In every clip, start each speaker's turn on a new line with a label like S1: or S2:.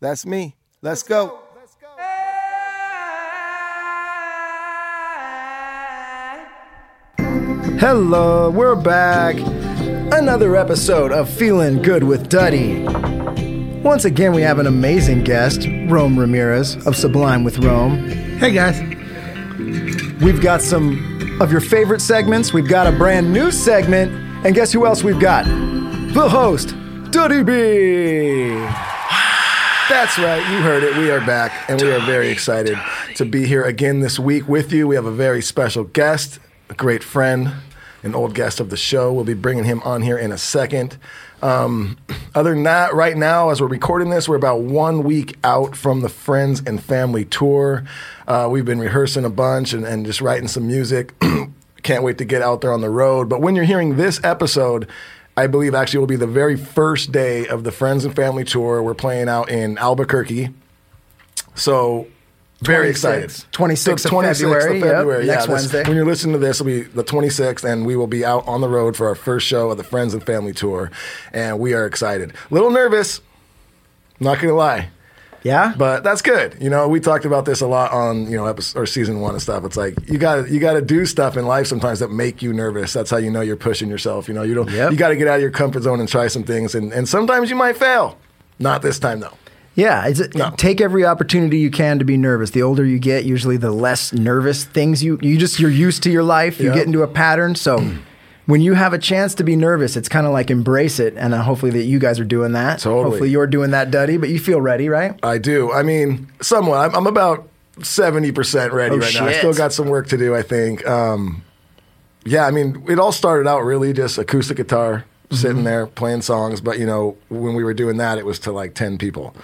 S1: That's me. Let's, go.
S2: Hello, we're back. Another episode of Feeling Good with Duddy. Once again, we have an amazing guest, Rome Ramirez of Sublime with Rome.
S3: Hey, guys.
S2: We've got some of your favorite segments. We've got a brand new segment. And guess who else we've got? The host, Duddy B.
S1: That's right. You heard it. We are back, and we are very excited to be here again this week with you. We have a very special guest, a great friend, an old guest of the show. We'll be bringing him on here in a second. Um, other than that, right now, as we're recording this, we're about one week out from the Friends and Family Tour. Uh, we've been rehearsing a bunch and, and just writing some music. Can't wait to get out there on the road. But when you're hearing this episode, I believe actually will be the very first day of the Friends and Family Tour. We're playing out in Albuquerque. So very
S2: 26th.
S1: excited.
S2: 26th
S1: The
S2: of February, yep.
S1: Yeah,
S2: Next
S1: this-
S2: Wednesday.
S1: When you're listening to this, it'll be the 26th, and we will be out on the road for our first show of the Friends and Family Tour. And we are excited. A little nervous, not going to lie.
S2: Yeah?
S1: But that's good. You know, we talked about this a lot on you know episode or season one and stuff. It's like you got to you got to do stuff in life sometimes that make you nervous. That's how you know you're pushing yourself. You know, you don't
S2: Yep.
S1: you got to get out of your comfort zone and try some things. And and sometimes you might fail. Not this time though.
S2: Yeah, it's uh,
S1: No.
S2: take every opportunity you can to be nervous. The older you get, usually the less nervous things you you just you're used to your life. You
S1: Yeah.
S2: get into a pattern. So when you have a chance to be nervous, it's kind of like embrace it. And uh, hopefully that you guys are doing that.
S1: Totally.
S2: Hopefully you're doing that, Duddy. But you feel ready, right?
S1: I do. I mean, somewhat. I'm, I'm about seventy percent ready
S2: Oh,
S1: right now. I
S2: shit.
S1: still got some work to do. I think. Um, yeah, I mean, it all started out really just acoustic guitar,
S2: Mm-hmm.
S1: sitting there playing songs. But you know, when we were doing that, it was to like ten people.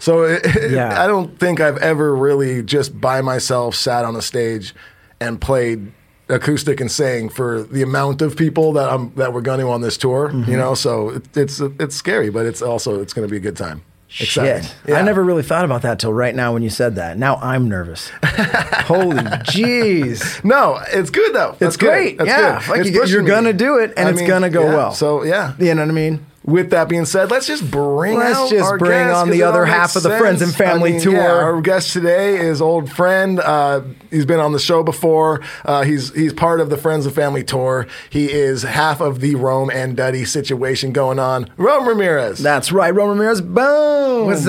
S1: So it,
S2: Yeah.
S1: I don't think I've ever really just by myself sat on a stage and played acoustic and sang for the amount of people that I'm that we're going to on this tour.
S2: Mm-hmm.
S1: You know, so it, it's it's scary, but it's also it's going to be a good time. Exciting.
S2: Shit.
S1: Yeah.
S2: I never really thought about that till right now when you said that. Now I'm nervous. Holy jeez.
S1: No, it's good though. That's
S2: It's great.
S1: Good. That's
S2: yeah.
S1: good.
S2: Like,
S1: It's
S2: you- you're
S1: pushing me.
S2: going to do it and
S1: I
S2: it's
S1: mean,
S2: going to go
S1: yeah.
S2: well.
S1: So yeah.
S2: You know what I mean?
S1: With that being said, let's just bring
S2: Let's
S1: out
S2: just
S1: our
S2: bring
S1: guest,
S2: on
S1: 'cause
S2: the
S1: it all
S2: other half
S1: makes
S2: of the Friends and
S1: sense. I
S2: Family
S1: mean,
S2: Tour.
S1: yeah, our guest today is old friend. Uh, he's been on the show before. Uh, he's he's part of the Friends and Family Tour. He is half of the Rome and Duddy situation going on. Rome Ramirez.
S2: That's right. Ron Ramirez. Boom.
S3: What's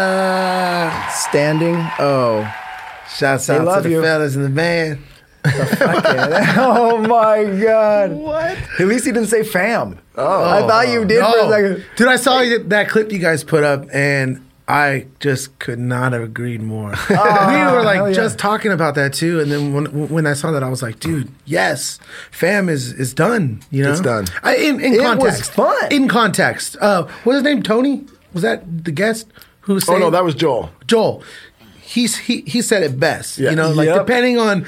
S3: up?
S2: Standing Oh. O.
S3: Shouts
S2: They
S3: out
S2: love
S3: to the
S2: you.
S3: fellas in the band.
S2: oh my god.
S3: What?
S2: At least he didn't say fam. Oh. I thought you did for a
S3: No.
S2: second.
S3: Dude, I saw you- that clip you guys put up and I just could not have agreed more. we were like
S2: Oh, hell yeah.
S3: just talking about that too, and then when when I saw that, I was like, "Dude, yes, fam is is done." You know,
S1: It's done.
S3: I, in in
S2: It was
S3: context,
S2: fun.
S3: In context, uh, what's his name? Tony? Was that the guest who?
S1: oh
S3: sang-
S1: no, that was Joel.
S3: Joel, he's he he said it best.
S1: Yeah.
S3: You know, like
S2: Yep.
S3: depending on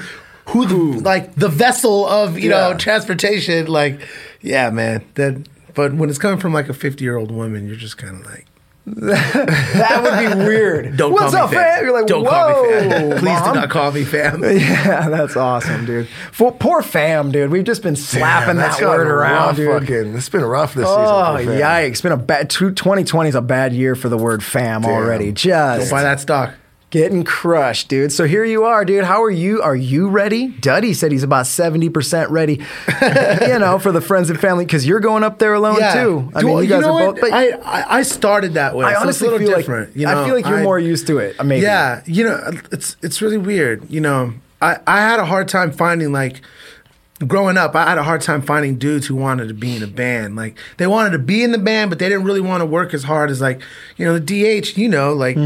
S3: who, the, like the vessel of you
S1: Yeah.
S3: know transportation. Like, yeah, man. That but when it's coming from like a fifty year old woman, you're just kind of like,
S2: That would be weird.
S3: don't
S2: What's
S3: call
S2: up,
S3: me fam.
S2: fam? You're like,
S3: don't
S2: Whoa,
S3: call me fam. Please
S2: Mom."
S3: do not call me fam.
S2: Yeah, that's awesome, dude. For, poor fam, dude. We've just been slapping
S1: Damn, that's
S2: that
S1: gotten
S2: word around,
S1: rough
S2: dude.
S1: Fucking, it's been rough this
S2: Oh
S1: season. for fam.
S2: yikes! Been a bad. two- 2020 is a bad year for the word fam already.
S1: Don't
S2: Just
S3: Don't buy that stock.
S2: Getting crushed, dude. So here you are, dude. How are you? Are you ready? Duddy said he's about 70% ready, you know, for the friends and family, because you're going up there alone, too. I
S3: Do-
S2: mean, you, guys
S3: know
S2: are
S3: what?
S2: both, but
S3: I, I I started that way.
S2: I
S3: so it's
S2: honestly
S3: a little
S2: feel
S3: different.
S2: like,
S3: you know,
S2: I feel like you're
S3: I-
S2: more used to it, Uh, maybe.
S3: Yeah, you know, it's it's really weird. You know, I I had a hard time finding like growing up. I had a hard time finding dudes who wanted to be in a band. Like they wanted to be in the band, but they didn't really want to work as hard as like you know the DH. You know, like.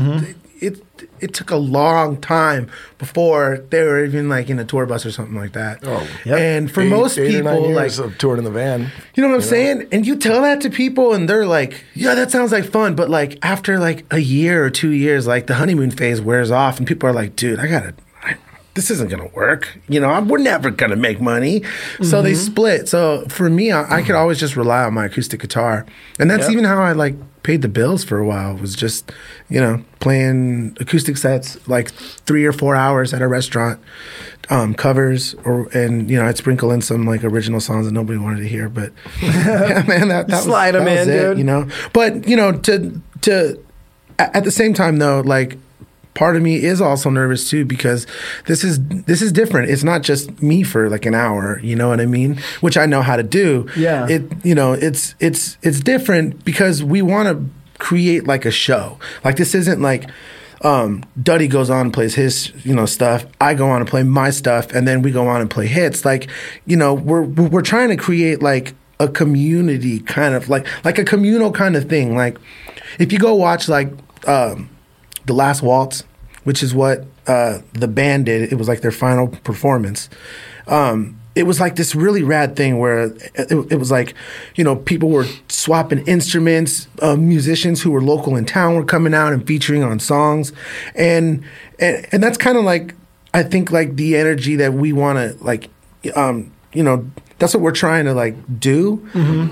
S3: It, it took a long time before they were even like in a tour bus or something like that. Oh,
S2: yep.
S3: And for
S1: Eight-
S3: most
S1: eight or nine
S3: people, like
S1: years of touring in the van.
S3: you know what I'm saying? And you tell that to people, and they're like, "Yeah, that sounds like fun," but like after like a year or two years, like the honeymoon phase wears off, and people are like, "Dude, I gotta." I- This isn't gonna work, you know. I'm, we're never gonna make money, so they split. So for me, I, I could always just rely on my acoustic guitar, and that's even how I like paid the bills for a while. Was just, you know, playing acoustic sets like three or four hours at a restaurant, um, covers, or and you know I'd sprinkle in some like original songs that nobody wanted to hear. But yeah, man, that, that
S2: Slide
S3: was,
S2: 'em
S3: that was
S2: in,
S3: it,
S2: dude.
S3: You know, but you know, to to a- at the same time though, like part of me is also nervous too because this is this is different. It's not just me for like an hour. You know what I mean? Which I know how to do.
S2: Yeah.
S3: It you know it's it's it's different because we want to create like a show like this isn't like um duddy goes on and plays his you know stuff i go on and play my stuff and then we go on and play hits like you know we're we're trying to create like a community kind of like like a communal kind of thing like if you go watch like um the last waltz which is what uh the band did it was like their final performance um, it was like this really rad thing where it, it was like, you know, people were swapping instruments. Uh, musicians who were local in town were coming out and featuring on songs, and and, and that's kind of like I think like the energy that we want to like, um, you know, that's what we're trying to like do,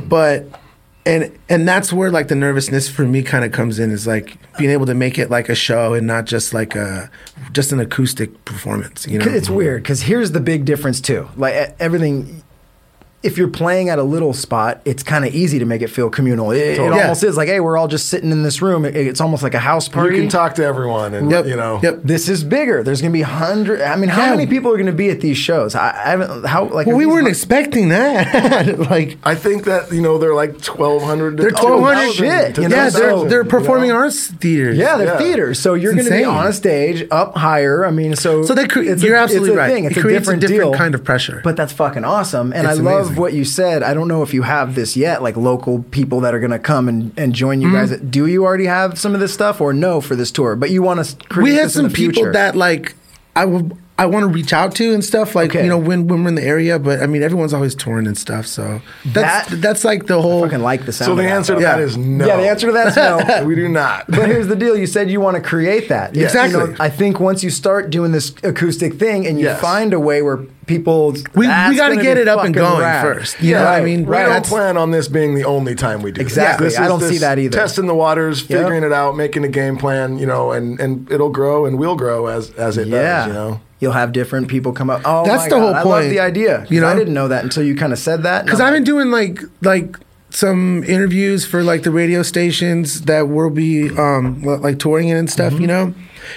S3: but and and that's where like the nervousness for me kind of comes in is like being able to make it like a show and not just like a just an acoustic performance. You know,
S2: It's weird because here's the big difference too. Like e- everything, if you're playing at a little spot, it's kind of easy to make it feel communal. It, it
S3: Totally.
S2: almost is like, hey, we're all just sitting in this room. It- it's almost like a house
S1: You
S2: party.
S1: can talk to everyone, and
S3: Yep,
S1: you know,
S3: yep.
S2: This is bigger. There's gonna be hundred. I mean, how
S3: Yeah.
S2: many people are gonna be at these shows? I, I haven't. How like
S3: Well,
S2: are
S3: we
S2: these
S3: weren't
S2: mon-
S3: expecting that. like,
S1: I think that you know they're like twelve hundred.
S2: Oh,
S3: They're 1,200
S2: shit, you know,
S3: yeah, they're,
S2: so-
S3: they're performing arts theaters.
S2: Oh, yeah, they're
S1: Yeah.
S2: theaters. So you're
S3: It's
S2: going to be
S3: insane.
S2: on a stage up higher. I mean, so
S3: So they cre- you're absolutely right. It
S2: It's a
S3: creates a
S2: different,
S3: different
S2: deal,
S3: kind of pressure.
S2: But that's fucking awesome. And I
S3: It's
S2: love
S3: amazing.
S2: what you said. I don't know if you have this yet, like local people that are going to come and, and join you
S3: Mm-hmm.
S2: guys. Do you already have some of this stuff or no for this tour? But you want to create
S3: we had
S2: this
S3: some
S2: in the
S3: people
S2: future.
S3: that like I will. I want to reach out to and stuff like
S2: Okay.
S3: you know when when we're in the area, but I mean everyone's always touring and stuff, so that's
S2: That-
S3: that's like the whole.
S2: fucking like the sound.
S1: So
S2: of
S1: the
S2: that,
S1: answer to
S2: though.
S1: that
S3: Yeah.
S1: is no.
S2: Yeah, the answer to that's no.
S1: we do not.
S2: But here's the deal: you said you want to create that. You
S3: Exactly.
S2: know, I think once you start doing this acoustic thing, and you
S1: Yes.
S2: find a way where people
S3: we
S2: that's
S3: gotta
S2: gonna
S3: get
S2: be
S3: it up and
S2: fucking
S3: going
S2: rad.
S3: first. You know what I mean?
S1: We
S3: Right,
S1: don't
S3: that's-
S1: plan on this being the only time we do this.
S2: Exactly.
S1: This
S2: I
S1: is
S2: don't see
S1: this
S2: that either.
S1: Testing the waters, figuring it out, making a game plan, you know, and, and it'll grow and will grow as as it
S2: Yeah.
S1: does, you know.
S2: You'll have different people come up. Oh,
S3: That's
S2: my
S3: the
S2: God,
S3: whole
S2: I love
S3: point,
S2: the idea. You
S3: you
S2: know, I
S3: know?
S2: didn't know that until you kind of said that.
S3: because I've been doing like like some interviews for like the radio stations that will be um li- like touring it and stuff, you know,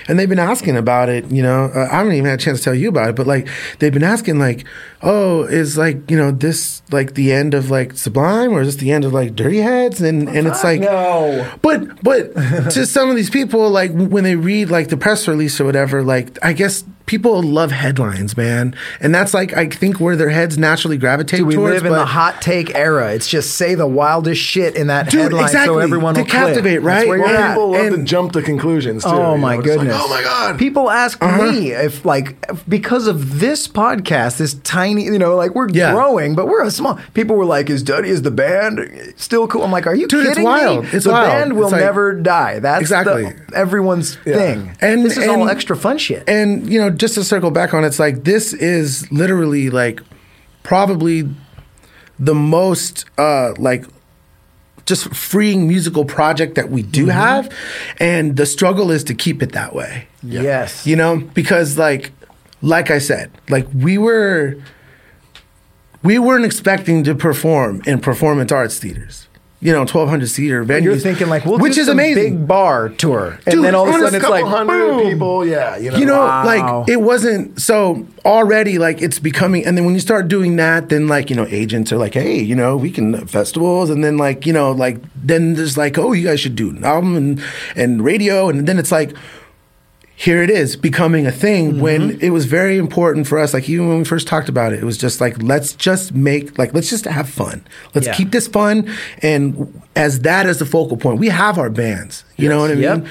S3: and they've been asking about it. You know, uh, I haven't even had a chance to tell you about it, but like they've been asking like, oh, is like you know this like the end of like Sublime or is this the end of like Dirty Heads? And and it's like
S2: no.
S3: but but to some of these people, like when they read like the press release or whatever, like I guess people love headlines, man, and that's like I think where their heads naturally gravitate
S2: we
S3: towards.
S2: live in
S3: but-
S2: the hot take era. It's just say the wildest shit in that
S3: Dude,
S2: headline so
S3: exactly.
S2: everyone
S3: To
S2: will click.
S3: captivate,
S2: That's
S3: right?
S2: where
S3: Well,
S2: you're
S1: Well,
S2: at.
S1: people love to
S3: and-
S1: jump to conclusions too.
S2: Oh
S1: you
S2: my
S1: know, just like,
S2: goodness!
S1: oh my god.
S2: People ask me
S3: Uh-huh.
S2: if, like, because of this podcast, this tiny, you know, like we're
S3: Yeah.
S2: growing, but we're a small. People were like, "Is Duddy is the band still cool?" I'm like, "Are you
S3: Dude, it's
S2: kidding
S3: wild.
S2: me?
S3: It's
S2: the
S3: wild.
S2: band will
S3: It's like-
S2: never die. That's
S3: Exactly.
S2: the, everyone's thing.
S3: And-
S2: this is all
S3: and-
S2: extra fun shit.
S3: And you know, just to circle back on, it, it's like this is literally like probably the most uh like just freeing musical project that we
S2: Mm-hmm.
S3: do have, and the struggle is to keep it that way.
S2: Yes,
S3: You know, because like like I said, like we were we weren't expecting to perform in performance arts theaters. you know, 1,200 seater venue.
S2: You're thinking like, we'll
S3: which
S2: do
S3: is
S2: some
S3: amazing.
S2: big bar tour, and
S3: Dude,
S2: then all of a
S3: honest-
S2: sudden it's
S1: couple
S2: like
S1: hundred
S2: boom.
S1: people. Yeah, you know.
S3: you know,
S2: Wow.
S3: like it wasn't so already like it's becoming, and then when you start doing that, then like you know, agents are like, hey, you know, we can uh, festivals, and then like you know, like then there's like, oh, you guys should do an album and and radio, and then it's like. Here it is becoming a thing
S2: Mm-hmm.
S3: when it was very important for us. Like, even when we first talked about it, it was just like, let's just make, like, let's just have fun. Let's
S2: Yeah.
S3: keep this fun. And as that as the focal point, we have our bands. You know what I
S2: Yep.
S3: mean?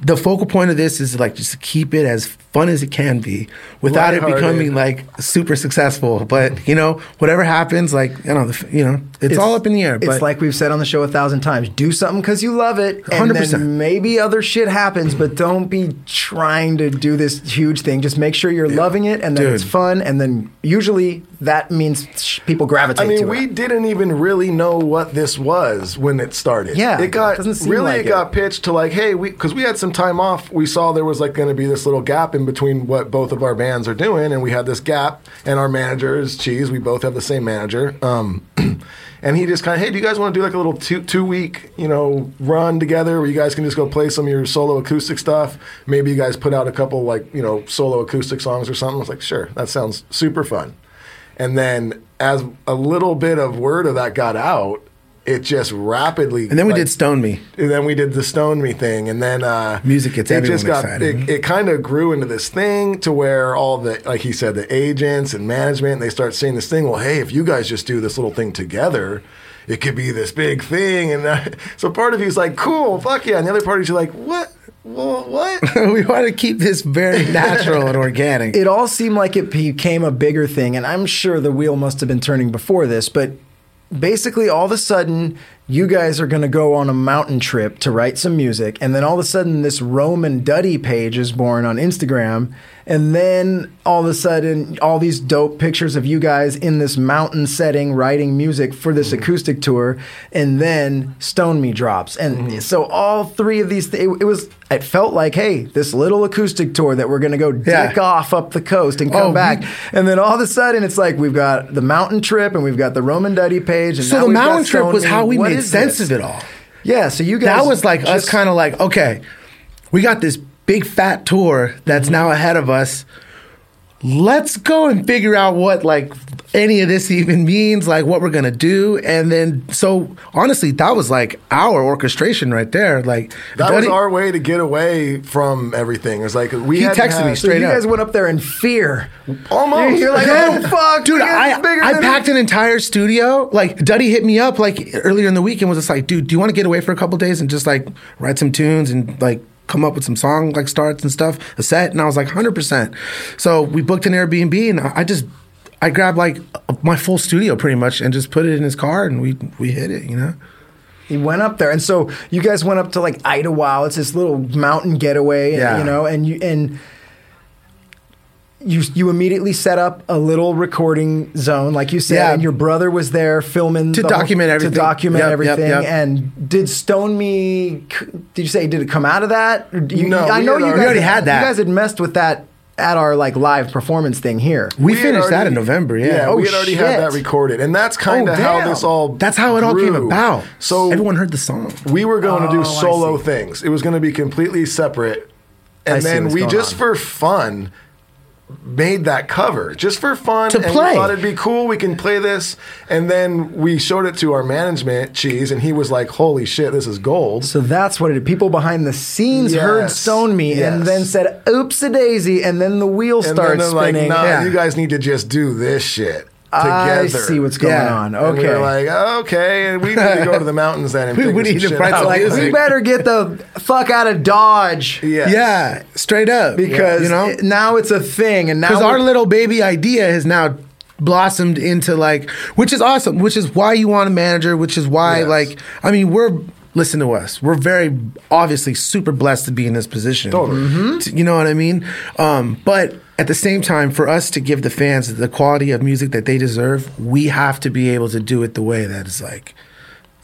S3: the focal point of this is like just to keep it as fun as it can be without it
S1: Lighthearted.
S3: becoming like super successful but you know whatever happens like you know the, f- you know it's, all up in the air
S2: It's
S3: but
S2: like we've said on the show a thousand times: do something because you love it, and
S3: 100%.
S2: then maybe other shit happens. But don't be trying to do this huge thing. Just make sure you're loving it, and then it's
S3: Dude.
S2: fun, and then usually that means sh- people gravitate.
S1: I mean,
S2: to
S1: we
S2: it.
S1: didn't even really know what this was when it started.
S2: Yeah,
S1: it got
S2: doesn't seem
S1: really
S2: like
S1: it got
S2: it.
S1: pitched to like, hey, we because we had some time off. We saw there was like going to be this little gap in between what both of our bands are doing, and we had this gap. And our manager is Cheese. We both have the same manager. Um, and he just kind of, hey, do you guys want to do like a little two two week you know run together where you guys can just go play some of your solo acoustic stuff? Maybe you guys put out a couple like you know solo acoustic songs or something. I was like, sure, that sounds super fun. And then as a little bit of word of that got out, it just rapidly.
S3: and then we
S1: like,
S3: did stone me
S1: And then we did the Stone Me thing, and then uh,
S3: Music gets
S1: it just
S3: everyone
S1: got
S3: excited.
S1: it, it kind of grew into this thing to where all the like he said the agents and management they start seeing this thing. Well, hey, if you guys just do this little thing together, it could be this big thing. And uh, so part of you's like, cool, fuck yeah, and the other part of you's like, what, well, what?
S3: we want to keep this very natural and organic
S2: it all seemed like it became a bigger thing, and I'm sure the wheel must have been turning before this, but basically all of a sudden you guys are going to go on a mountain trip to write some music and then all of a sudden this roman duddy page is born on instagram and then all of a sudden all these dope pictures of you guys in this mountain setting writing music for this acoustic tour and then stone me drops and so all three of these th- it, it was it felt like hey this little acoustic tour that we're going to go
S3: Yeah.
S2: dick off up the coast and come
S3: Oh,
S2: back
S3: we-
S2: and then all of a sudden, it's like we've got the mountain trip and we've got the Roman Duddy page. And now
S3: so the
S2: we've got
S3: mountain trip
S2: Stone
S3: was
S2: Man.
S3: how we
S2: What
S3: made
S2: is
S3: sense
S2: this?
S3: of it all
S2: Yeah, so you guys.
S3: that was like us
S2: just-
S3: kind of like okay we got this big fat tour that's
S2: Mm-hmm.
S3: now ahead of us let's go and figure out what like any of this even means like what we're gonna do and then so honestly that was like our orchestration right there like
S1: That was
S3: Donnie-
S1: our way to get away from everything. It was like we
S3: He
S1: hadn't
S3: texted me
S1: had-
S2: So
S3: straight
S2: you
S3: up.
S2: guys went up there in fear.
S1: Almost.
S2: You're like,
S3: Yeah.
S2: oh fuck,
S3: dude!
S2: we got
S3: I
S2: this bigger
S3: I
S2: than-
S3: packed an entire studio. Like Duddy hit me up like earlier in the week and was just like, "Dude, do you want to get away for a couple days and just like write some tunes and like come up with some song like starts and stuff, a set?" And I was like, "100 percent." So we booked an Airbnb and I I just I grabbed like my full studio pretty much and just put it in his car and we we hit it, you know.
S2: He went up there, and so you guys went up to like Idlewild. It's this little mountain getaway, and,
S3: Yeah.
S2: you know, and you and you you immediately set up a little recording zone, like you said,
S3: Yeah.
S2: and your brother was there filming
S3: To
S2: the whole-
S3: document everything.
S2: To document
S3: Yep, yep,
S2: everything,
S3: yep.
S2: and did Stone Me? c- Did you say did it come out of that? Or do you-
S1: No,
S2: I
S1: we
S2: know
S1: had
S2: you
S1: already-
S2: guys
S1: we already
S3: had that.
S2: You guys had messed with that at our like live performance thing here.
S3: We,
S1: had
S3: finished that
S1: already-
S3: in November, yeah.
S1: Yeah,
S3: Oh,
S1: we had already
S2: shit.
S1: had that recorded, and that's kind
S2: Oh,
S1: of how
S2: damn.
S1: this all.
S3: that's how it all came
S1: grew.
S3: about.
S1: So
S3: everyone heard the song.
S1: we were going to
S2: Oh, I
S1: do solo
S2: see.
S1: things. It was going to be completely separate, and
S2: I see
S1: then
S2: what's
S1: we
S2: going
S1: just
S2: on.
S1: for fun made that cover just for fun
S3: To
S1: and
S3: play.
S1: We thought it'd be cool. We can play this, and then we showed it to our management, Cheese, and he was like, "Holy shit, this is gold!"
S2: So that's what it. People behind the scenes heard
S1: Yes,
S2: Stone Me and
S1: yes.
S2: then said, "Oops a daisy," and then the wheel
S1: and
S2: starts
S1: then they're
S2: spinning.
S1: like, "Nah,
S2: Yeah.
S1: you guys need to just do this shit." Together.
S2: I see what's going
S3: Yeah.
S2: on.
S1: And we
S2: Okay.
S1: were like, okay, and we need to go to the mountains then. And
S3: We- we
S1: figure some
S3: need to
S1: shit
S3: write
S1: out."
S3: some
S2: Like, we
S3: music.
S2: better get the fuck out of Dodge
S1: Yes.
S3: Yeah, straight up
S2: because
S3: you know
S2: it- now it's a thing, and now
S3: because our
S2: we-
S3: little baby idea has now blossomed into like which is awesome which is why you want a manager which is why
S1: Yes.
S3: like i mean we're listen to us we're very obviously super blessed to be in this position Mm-hmm.
S1: Totally.
S3: T- you know what i mean um, but at the same time for us to give the fans the quality of music that they deserve we have to be able to do it the way that is like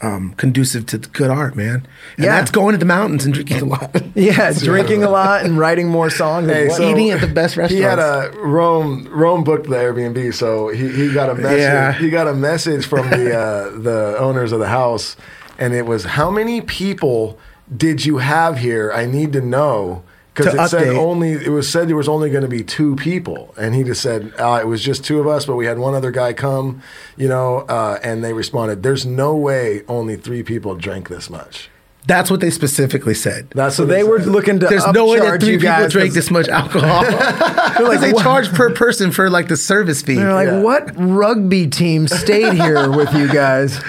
S3: um, conducive to good art, man. And
S2: Yeah.
S3: that's going to the mountains and drinking a lot.
S2: Yeah, drinking a lot and writing more songs.
S1: Hey,
S2: and E
S1: so
S3: Eating at the best
S1: He had
S3: restaurants.
S1: a Rome Rome booked the Airbnb, so he, he got a message.
S3: Yeah.
S1: He got a message from the uh, the owners of the house, and it was how many people did you have here? I need to know because it
S3: To
S1: said
S3: update.
S1: only it was said there was only going to be two people, and he just said uh, it was just two of us, but we had one other guy come, you know, uh, and they responded, "There's no way only three people drank this much."
S3: That's what they specifically said.
S1: That's
S2: so
S1: what he
S2: they were
S1: said.
S2: looking to
S3: There's no way that
S2: upcharge
S3: three
S2: you
S3: people
S2: guys
S3: drank
S2: 'cause
S3: this much alcohol. Because they
S2: "What?"
S3: charge per person for like the service fee.
S2: They're like,
S1: Yeah.
S2: what rugby team stayed here with you guys?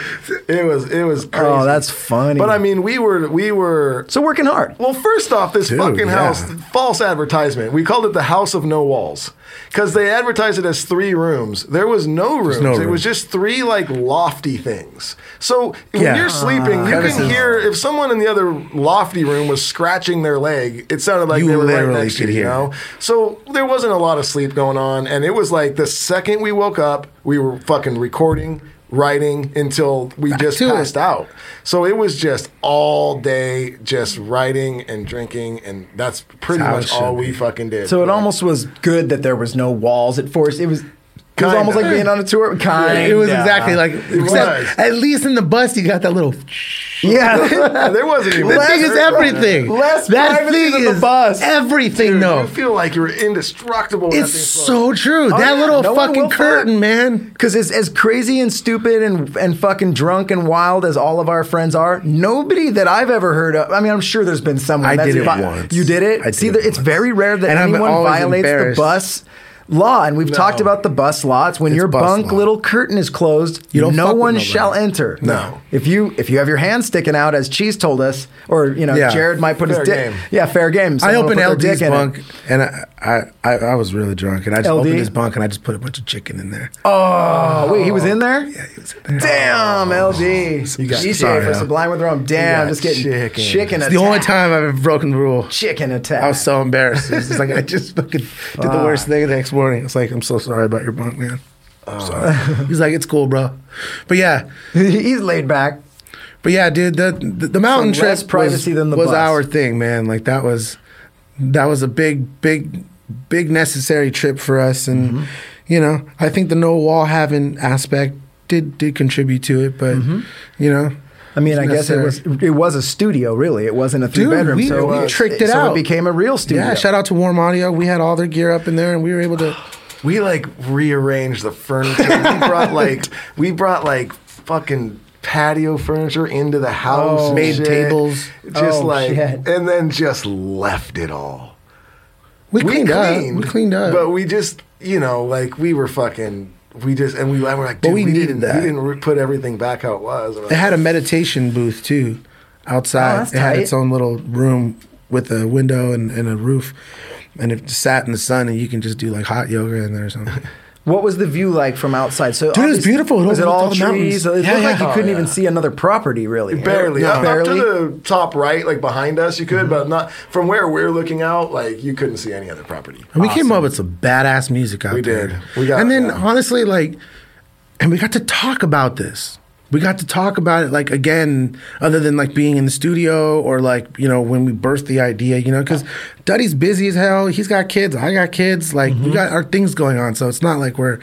S1: It was it was crazy.
S2: Oh, that's funny.
S1: But I mean, we were we were
S2: So working hard.
S1: Well, first off, this fucking
S3: yeah.
S1: house, false advertisement. We called it the House of No Walls because they advertised it as three rooms. There was no rooms.
S3: no
S1: it
S3: room.
S1: was just three like lofty things. So when
S3: Yeah.
S1: you're sleeping, you can
S3: Crevices.
S1: hear if someone in the other lofty room was scratching their leg. It sounded like
S3: You
S1: they were right
S3: literally
S1: next to
S3: could
S1: you. you
S3: hear
S1: know? So there wasn't a lot of sleep going on, and it was like the second we woke up, we were fucking recording. Writing until we just
S3: to it.
S1: passed out. So it was just all day, just writing and drinking, and that's pretty
S3: That's how
S1: much
S3: it should
S1: all we
S3: be.
S1: fucking did.
S2: So it
S1: Like,
S2: almost was good that there was no walls. It forced it was. It was
S1: Kinda.
S2: almost like being on a tour. Kind.
S3: it was exactly like,
S1: was.
S3: except at least in the bus, you got that little.
S2: Yeah.
S1: Yeah, there wasn't even.
S3: The thing is everything.
S2: Less
S3: that
S2: privacy
S3: thing
S2: than the
S3: is
S2: bus.
S3: everything,
S1: Dude,
S3: though.
S1: You feel like you're indestructible. when
S3: It's
S1: that thing's
S3: so true. that
S2: Oh, yeah,
S3: little
S2: no one will
S3: fucking
S2: fuck.
S3: curtain, man.
S2: Because as, as crazy and stupid and and fucking drunk and wild as all of our friends are, nobody that I've ever heard of. I mean, I'm sure there's been someone.
S3: I
S2: that's
S3: did it
S2: vi-
S3: once.
S2: You did it.
S3: I did
S2: See,
S3: it
S2: there- it's
S3: once.
S2: very rare that
S3: And I'm
S2: anyone
S3: always
S2: violates the
S3: embarrassed.
S2: bus law, and we've talked about the bus law. It's when your
S3: bus
S2: bunk
S3: law.
S2: little curtain is closed,
S3: You don't
S2: no
S3: fuck with
S2: one
S3: nobody.
S2: shall enter.
S1: No.
S2: If you if you have your hand sticking out, as Cheese told us, or you know,
S3: Yeah.
S2: Jared might put
S1: Fair
S2: his dick.
S1: game.
S2: Yeah, fair game.
S3: I
S2: Someone will
S3: opened
S2: put their
S3: LD's
S2: dick in it.
S3: bunk, and I, I, I, I was really drunk, and I just
S2: LD?
S3: opened his bunk, and I just put a bunch of chicken in there.
S2: Oh, wait, he was in there?
S3: Yeah, he was in there. Oh,
S2: Damn, LD.
S3: You got-
S2: DJ
S3: sorry,
S2: for
S3: Al.
S2: Sublime with Rome. Damn,
S1: got
S2: just getting chicken,
S1: chicken.
S2: chicken
S3: It's
S2: attack.
S3: the only time I've ever broken the rule.
S2: Chicken attack.
S3: I was so embarrassed. It's just like I just fucking did the worst thing the next morning. It's like I'm so sorry about your bunk, man.
S2: Oh.
S3: I'm sorry. He's like, it's cool, bro. But yeah,
S2: He's laid back.
S3: but yeah, dude, the the, the mountain
S2: So
S3: trip
S2: less privacy
S3: was,
S2: than the
S3: was
S2: bus.
S3: our thing, man. Like that was that was a big, big, big necessary trip for us, and
S2: Mm-hmm.
S3: you know, I think the no wall having aspect did did contribute to it, but you know,
S2: Mm-hmm. I mean, I guess it
S3: necessary.
S2: was it was a studio, really. It wasn't a three
S3: Dude,
S2: bedroom,
S3: we-
S2: so
S3: we
S2: uh,
S3: tricked it
S2: so
S3: out.
S2: It became a real studio.
S3: yeah. Shout out to Warm Audio. We had all their gear up in there, and we were able to.
S1: Like, we like rearranged the furniture. we brought like we brought like fucking patio furniture into the house. and
S3: Oh, Made
S1: shit.
S3: tables.
S1: Just
S2: Oh,
S1: like
S2: shit.
S1: and then just left it all.
S3: We cleaned, up. We cleaned up.
S1: But we just, you know, like we were fucking. We just and we, and we're like, dude,
S3: we
S1: we,
S3: needed
S1: didn't,
S3: that.
S1: We didn't re- put everything back how it was.
S3: It had a meditation booth too,
S2: Oh,
S3: outside.
S2: that's
S3: it had
S2: tight.
S3: its own little room with a window and, and a roof, and it sat in the sun, and you can just do like hot yoga in there or something.
S2: What was the view like from outside? So
S3: Dude, it was
S2: obviously-
S3: beautiful. It
S2: was it
S3: overlooked
S2: all
S3: all the mountains.
S2: trees? So it
S3: Yeah,
S2: looked
S3: yeah.
S2: like you
S3: Oh,
S2: couldn't even see another property, really.
S1: barely,
S2: Yeah,
S1: up,
S2: barely.
S1: up to the top right, like behind us, you could,
S3: Mm-hmm.
S1: but not from where we're looking out. Like you couldn't see any other property.
S3: And we came up with some badass music out
S1: We
S3: there.
S1: did. We got-
S3: and then
S1: yeah.
S3: honestly, like, and we got to talk about this. We got to talk about it, like again, other than like being in the studio or like you know when we birthed the idea, you know, because Duddy's busy as hell. He's got kids. I got kids. Like
S1: Mm-hmm.
S3: we got our things going on, so it's not like we're,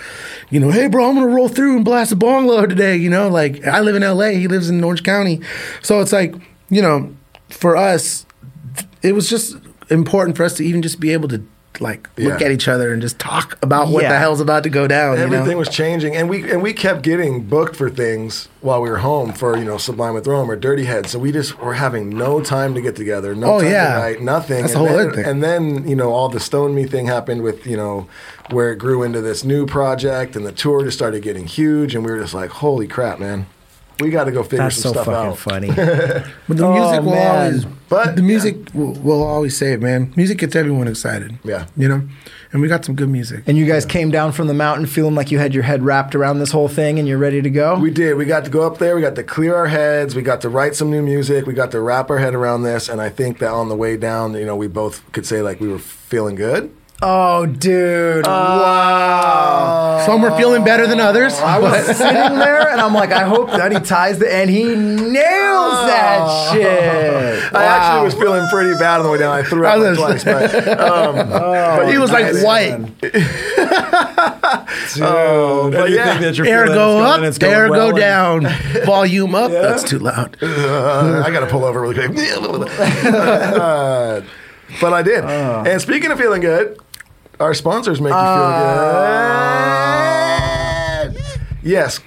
S3: you know, hey bro, I'm gonna roll through and blast a bong load today. You know, like I live in L.A. He lives in Orange County, so it's like you know, for us, it was just important for us to even just be able to like look
S1: Yeah.
S3: at each other and just talk about what
S2: Yeah.
S3: the hell's about to go down. you know?
S1: Everything was changing, and we and we kept getting booked for things while we were home for you know Sublime with Rome or Dirty Head. So we just were having no time to get together, no
S3: Oh,
S1: time
S3: yeah.
S1: to write, nothing.
S3: That's a
S1: and
S3: whole
S1: then,
S3: other thing.
S1: And then you know all the Stone Me thing happened with you know where it grew into this new project, and the tour just started getting huge, and we were just like, holy crap, man, we got to go figure
S2: That's
S1: some
S2: so
S1: stuff out.
S2: fucking funny.
S3: But the
S2: Oh,
S3: music will
S2: man.
S3: always,
S1: But-
S3: the music will, will always save, man. Music gets everyone excited.
S1: Yeah.
S3: you know, and we got some good music.
S2: and you guys came down from the mountain feeling like you had your head wrapped around this whole thing, and you're ready to go.
S1: We did. We got to go up there. We got to clear our heads. We got to write some new music. We got to wrap our head around this. And I think that on the way down, you know, we both could say like we were feeling good.
S2: Oh, dude.
S4: Uh.
S2: wow.
S3: Some were feeling better than others.
S2: I was
S3: but-
S2: sitting there and I'm like, I hope that he ties the and he nails
S4: Oh.
S2: that shit.
S1: I actually was feeling pretty bad on the way down. I threw
S3: I
S1: up
S3: was- Oh,
S1: twice, but, um, but
S3: he was like
S1: nice.
S3: white.
S1: Oh, but
S4: Anything
S1: yeah.
S4: that you're
S3: Air
S4: feeling,
S3: go
S4: it's going
S3: up,
S4: in, it's going
S3: air go
S4: well, and-
S3: down, volume up. That's too loud.
S1: Uh, I got to pull over really quick. Uh, but I did. and speaking of feeling good, our sponsors make you feel good. Yes.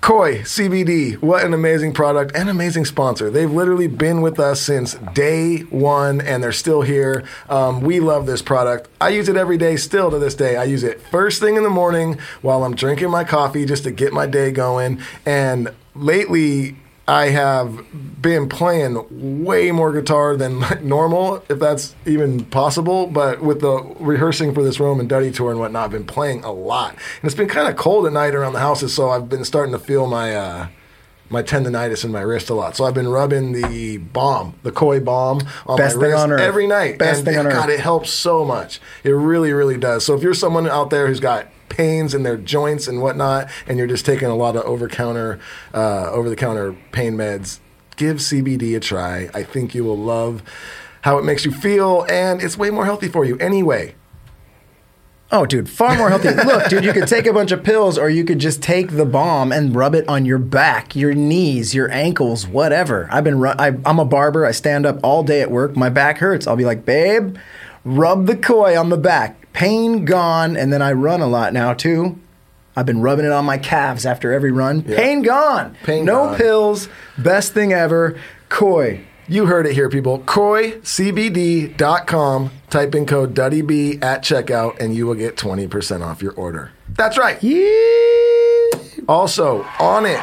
S1: Koi CBD, what an amazing product and amazing sponsor. They've literally been with us since day one and they're still here. Um, we love this product. I use it every day, still to this day. I use it first thing in the morning while I'm drinking my coffee just to get my day going. And lately, I have been playing way more guitar than normal, if that's even possible. But with the rehearsing for this Rome and Duddy tour and whatnot, I've been playing a lot, and it's been kind of cold at night around the houses, so I've been starting to feel my uh, my tendonitis in my wrist a lot. So I've been rubbing the bomb, the koi bomb, on
S2: Best
S1: my
S2: thing
S1: wrist
S2: on earth.
S1: every night.
S2: Best
S1: and
S2: thing on
S1: God,
S2: earth.
S1: it helps so much. It really, really does. So if you're someone out there who's got pains in their joints and whatnot, and you're just taking a lot of over counter, uh, over the counter pain meds, give CBD a try. I think you will love how it makes you feel, and it's way more healthy for you anyway.
S2: Oh, dude, far more healthy. Look, dude, you could take a bunch of pills or you could just take the bomb and rub it on your back, your knees, your ankles, whatever. I've been, ru- I, I'm a barber. I stand up all day at work. My back hurts. I'll be like, babe, rub the koi on the back. Pain gone. And then I run a lot now, too. I've been rubbing it on my calves after every run. Pain gone.
S1: Pain
S2: no
S1: gone.
S2: pills. Best thing ever. Koi.
S1: You heard it here, people. KoiCBD.com. Type in code DuddyB at checkout, and you will get 20% off your order. That's right. Also, on it,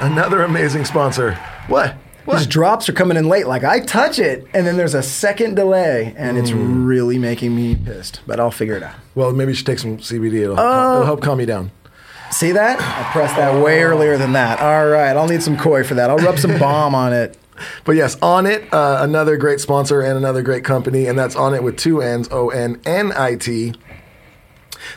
S1: another amazing sponsor. What?
S2: These drops are coming in late. Like I touch it, and then there's a second delay, and it's
S1: Hmm.
S2: really making me pissed. But I'll figure it out.
S1: Well, maybe you should take some CBD. It'll, help, it'll help calm you down.
S2: See that? I pressed that way earlier than that. All right, I'll need some koi for that. I'll rub some balm on it.
S1: But yes, On It, uh, another great sponsor and another great company, and that's On It with two N's, O N N I T.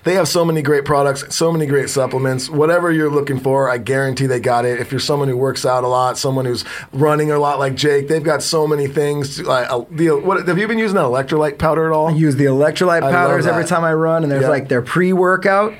S1: They have so many great products, so many great supplements. Whatever you're looking for, I guarantee they got it. If you're someone who works out a lot, someone who's running a lot like Jake, they've got so many things. Like, uh, the, what, have you been using that electrolyte powder at all?
S2: I use the electrolyte
S1: love
S2: powders every
S1: that.
S2: time I run, and there's
S1: Yeah.
S2: like their pre-workout.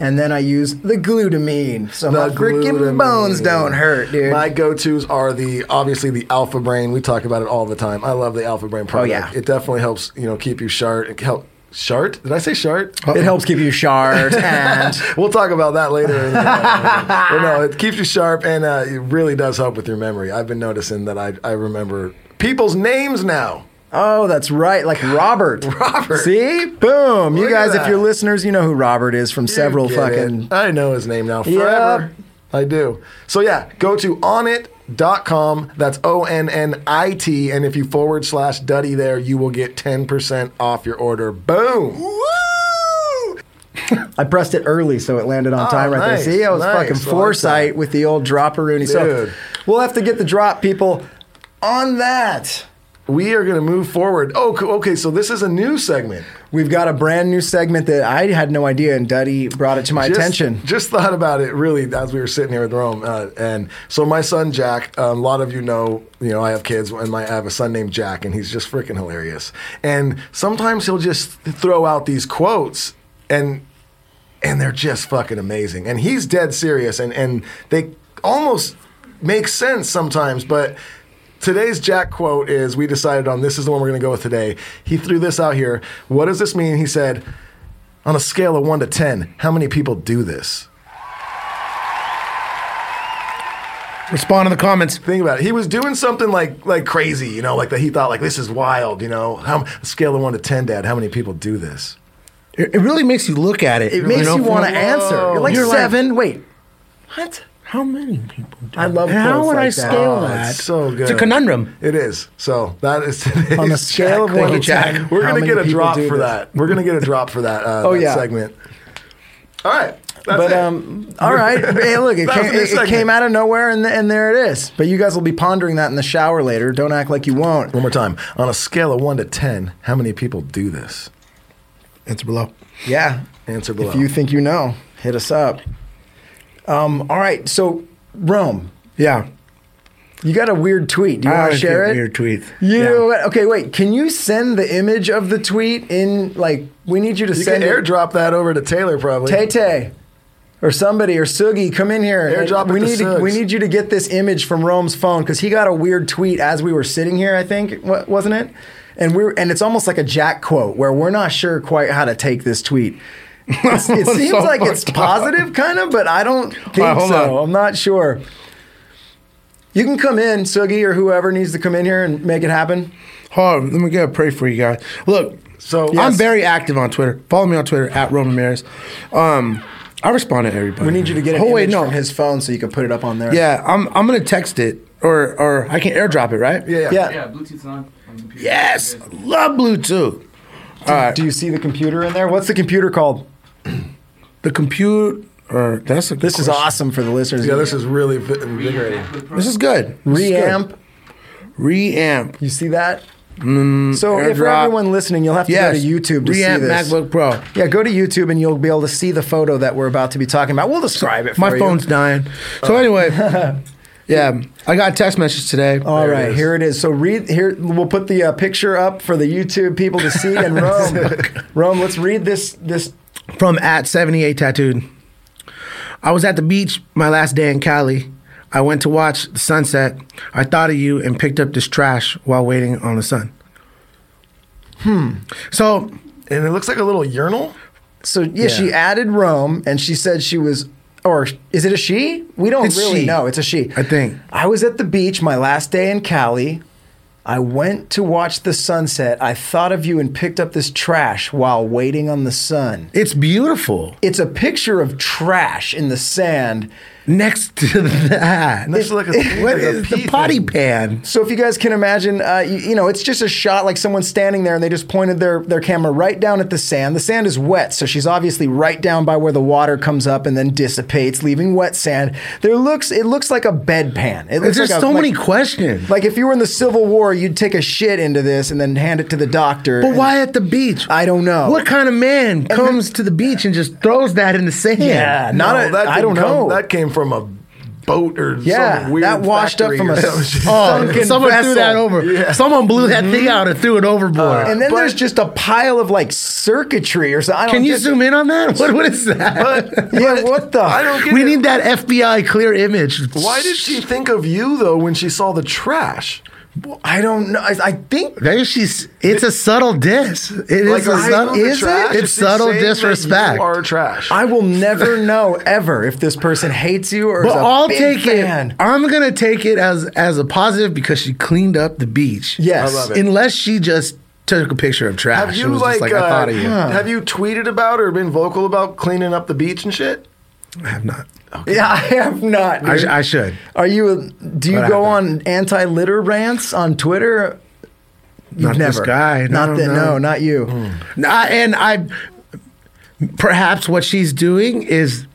S2: And then I use the glutamine, so my
S1: The
S2: freaking
S1: glutamine.
S2: bones don't hurt, dude.
S1: My go-tos are the obviously the Alpha Brain. We talk about it all the time. I love the Alpha Brain product.
S2: Oh, yeah.
S1: It definitely helps, you know, keep you sharp. It help sharp? Did I say sharp?
S2: it helps keep you sharp and
S1: We'll talk about that later. in the- but no, it keeps you sharp and uh, it really does help with your memory. I've been noticing that I, I remember people's names now.
S2: Oh, that's right. Like Robert.
S1: Robert.
S2: See? Boom.
S1: Look
S2: you
S1: at
S2: guys, if
S1: that.
S2: you're listeners, you know who Robert is from several
S1: You get
S2: fucking.
S1: it. I know his name now
S2: Yep.
S1: forever. I do. So yeah, go to onit.com. That's O N N I T. And if you forward slash Duddy there, you will get 10% off your order. Boom.
S2: I pressed it early, so it landed on
S1: Oh,
S2: time right
S1: nice,
S2: there. See, I was
S1: nice. I
S2: fucking
S1: like that.
S2: foresight with the old dropperoonie. So
S1: Dude.
S2: we'll have to get the drop, people, on that.
S1: We are going to move forward. Oh, co- okay. So this is a new segment.
S2: We've got a brand new segment that I had no idea, and Duddy brought it to my
S1: Just-
S2: attention.
S1: Just thought about it really as we were sitting here in the room. Uh, and so my son Jack, um, a lot of you know, you know, I have kids, and my, I have a son named Jack, and he's just freaking hilarious. And sometimes he'll just th- throw out these quotes, and and they're just fucking amazing. And he's dead serious, and and they almost make sense sometimes, but. Today's Jack quote is we decided on this is the one we're going to go with today. He threw this out here. What does this mean? He said, on a scale of one to 10, how many people do this?
S3: Respond in the comments.
S1: Think about it. He was doing something like like crazy, you know, like that he thought like this is wild, you know. How scale of one to ten, Dad, how many people do this?
S3: It, it really makes you look at it.
S2: It makes you,
S3: know,
S2: want to
S3: from-
S2: answer. You're like
S3: You're like-
S2: seven. Wait. What?
S3: How many people? Do
S2: I love
S3: How
S2: quotes
S3: would
S2: like
S3: I
S2: that.
S3: scale
S1: Oh,
S3: that?
S1: it's so good.
S3: It's a conundrum.
S1: It is. So that is today's
S2: On a scale of
S1: Jack
S2: one
S3: to
S1: quote.
S3: Jack,
S1: We're
S2: how
S1: gonna
S2: many
S1: get a
S2: people
S1: drop
S2: do
S1: for
S2: this?
S1: that. We're gonna get a drop for that. Uh,
S2: Oh,
S1: that
S2: yeah.
S1: segment. All right. That's
S2: but
S1: it.
S2: um, all right. Hey, look, it
S1: That was
S2: came,
S1: a
S2: it, it
S1: segment.
S2: came out of nowhere, and, and there it is. But you guys will be pondering that in the shower later. Don't act like you won't.
S1: one more time. On a scale of one to ten, how many people do this?
S3: Answer below.
S2: Yeah.
S1: Answer below.
S2: If you think you know, hit us up. Um, all right. So, Rome,
S3: Yeah.
S2: you got a weird tweet. Do you
S3: I
S2: want to
S3: always
S2: share
S3: get
S2: it?
S3: weird tweets.
S2: You
S3: Yeah.
S2: know what? Okay, wait. Can you send the image of the tweet in? Like, we need you to
S1: You can
S2: send it.
S1: airdrop that over to Taylor probably.
S2: Tay Tay or somebody or Sugi, come in here.
S1: Airdrop
S2: And we
S1: it to
S2: need to,
S1: Suggs.
S2: we need you to get this image from Rome's phone because he got a weird tweet as we were sitting here. I think wa- wasn't it? And we're and it's almost like a Jack quote where we're not sure quite how to take this tweet. It's- it
S3: That's
S2: seems
S3: so
S2: like it's
S3: fucked up.
S2: positive, kind of, but I don't think
S3: Oh All right, hold
S2: so.
S3: on.
S2: I'm not sure. You can come in, Sugi, or whoever needs to come in here and make it happen.
S3: Hold on, let me go pray for you guys. Look,
S1: So-
S3: I'm
S1: Yes.
S3: very active on Twitter. Follow me on Twitter at Roman Ramirez. Um, I respond to everybody.
S2: We need you to get an
S3: Oh
S2: image
S3: wait, no,
S2: from his phone so you can put it up on there.
S3: yeah, I'm I'm gonna text it or or I can airdrop it, right?
S1: Yeah.
S2: yeah.
S4: Yeah, Bluetooth's on. on the computer.
S3: Yes, love Bluetooth.
S2: Do you see the computer in there? What's the computer called?
S3: The computer. Or that's a good
S2: This is
S3: question.
S2: awesome for the listeners.
S1: Yeah, this is really vi- invigorating.
S3: This is good. This is good.
S2: reamp.
S3: Reamp.
S2: You see that? so if for
S3: Mm, airdrop.
S2: everyone listening, you'll have to go
S3: Yes.
S2: to YouTube to
S3: Reamp
S2: see this.
S3: MacBook Pro.
S2: Yeah, go to YouTube and you'll be able to see the photo that we're about to be talking about. We'll describe it. For
S3: My
S2: you.
S3: phone's dying. So anyway, yeah, I got a text message today.
S2: All
S1: There it
S2: right,
S1: is.
S2: here it is. So read here. We'll put the uh, picture up for the YouTube people to see. And Rome, Rome, let's read this. This
S3: from at 78 tattooed i was at the beach my last day in cali i went to watch the sunset i thought of you and picked up this trash while waiting on the sun hmm so
S1: And it looks like a little urinal.
S2: So yeah, she added Rome, and she said she was, or is it a she? We don't
S3: It's
S2: really
S3: she.
S2: know. It's a she.
S3: I think.
S2: I was at the beach my last day in Cali. I went to watch the sunset. I thought of you and picked up this trash while waiting on the sun.
S3: it's beautiful
S2: It's a picture of trash in the sand.
S3: next to that
S1: Next to like a-
S3: what
S1: like a
S3: is
S1: pea
S3: the potty
S1: thing.
S3: pan
S2: So if you guys can imagine, uh, you, you know, it's just a shot like someone's standing there and they just pointed their, their camera right down at the sand. The sand is wet, so she's obviously right down by where the water comes up and then dissipates, leaving wet sand. There looks it looks like a bedpan. It looks
S3: there's just
S2: like a-
S3: so
S2: like-
S3: many questions
S2: Like if you were in the Civil War, you'd take a shit into this and then hand it to the doctor.
S3: but
S2: and-
S3: why at the beach
S2: I don't know.
S3: what kind of man comes to the beach and just throws that in the sand
S2: Yeah, not
S1: No,
S2: a, I
S1: didn't
S2: don't
S1: come-
S2: know.
S1: That came from a boat or
S2: Yeah,
S1: some weird
S2: that washed up
S1: factory
S2: from a
S1: or something.
S2: sunken
S3: Oh, someone
S2: vessel.
S3: threw that over.
S1: Yeah.
S3: Someone blew that thing out and threw it overboard.
S2: And then
S1: uh, But-
S2: there's just a pile of like circuitry or something. I don't
S3: Can you
S2: get-
S3: zoom in on that? What, what is that?
S2: Yeah, what the?
S1: I don't get
S3: we
S1: it.
S3: need that FBI clear image.
S1: Why did she think of you though when she saw the trash?
S2: I don't know. I, I think
S3: There she's. It's a subtle diss. It is
S1: Like,
S3: a
S1: I
S3: subtle.
S1: know the
S3: Is
S1: trash.
S3: it?
S1: She's
S3: It's subtle
S1: saying that
S3: disrespect.
S1: You are trash.
S2: I will never know ever if this person hates you or is
S3: But
S2: a
S3: I'll
S2: big
S3: take
S2: fan.
S3: it. I'm gonna take it as as a positive because she cleaned up the beach.
S2: Yes.
S1: I love it.
S3: Unless she just took a picture of trash.
S1: have
S3: and
S1: you
S3: was
S1: like,
S3: just like I thought
S1: uh,
S3: of you.
S1: have you tweeted about or been vocal about cleaning up the beach and shit?
S3: I have not.
S2: Yeah, I have not.
S3: I,
S2: dude.
S3: sh- I should.
S2: Are you? A, do you
S3: But I
S2: go
S3: have
S2: on anti litter rants on Twitter? You've
S3: Not this guy. No,
S2: not that. No.
S3: no. Hmm.
S2: not you.
S3: I, and I, perhaps what she's doing is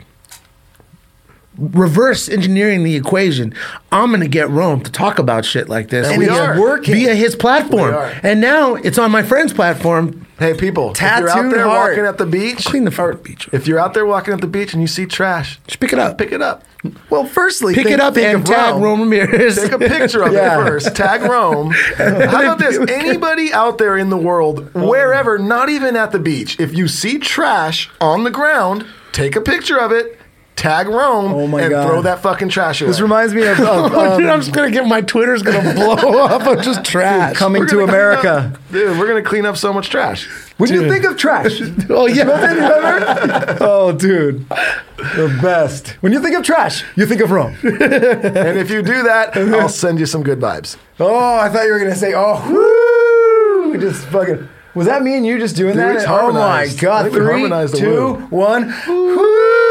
S3: reverse engineering the equation. I'm gonna get Rome to talk about shit like this
S2: And
S1: we
S2: it's
S1: are.
S2: working.
S3: via his platform,
S1: We are.
S3: and now it's on my friend's platform.
S1: Hey people, if you're
S2: Tattooed
S1: out there
S2: heart.
S1: walking at the beach,
S3: Clean the fucking beach.
S1: If you're out there walking at the beach and you see trash,
S3: Just pick it up.
S1: pick it up.
S2: Well, firstly,
S3: Pick
S2: think-
S3: it up
S2: think
S3: and
S2: of
S3: tag Rome Ramirez.
S1: Take a picture of
S2: Yeah.
S1: it first. Tag Rome. How about this? Anybody out there in the world, wherever, not even at the beach, if you see trash on the ground, take a picture of it. Tag Rome
S2: Oh my
S1: and
S2: God.
S1: throw that fucking trash away.
S2: This reminds me of, of
S3: Oh, dude,
S2: um, oh,
S3: I'm just gonna get my Twitter's gonna blow up. I'm just trash.
S2: coming
S1: We're
S2: to
S1: gonna clean
S2: America.
S1: up- dude, we're gonna clean up so much trash.
S2: What do you think of trash?
S3: oh yeah.
S2: Remember? oh, dude, the best. When you think of trash, you think of Rome.
S1: And if you do that, I'll send you some good vibes.
S2: Oh, I thought you were gonna say, oh, woo! Just fucking. Was that me and you just doing that?
S1: we just
S2: oh my
S1: harmonized. I
S2: god!
S1: think we
S2: Three,
S1: harmonized the
S2: two,
S1: woo.
S2: one. Woo!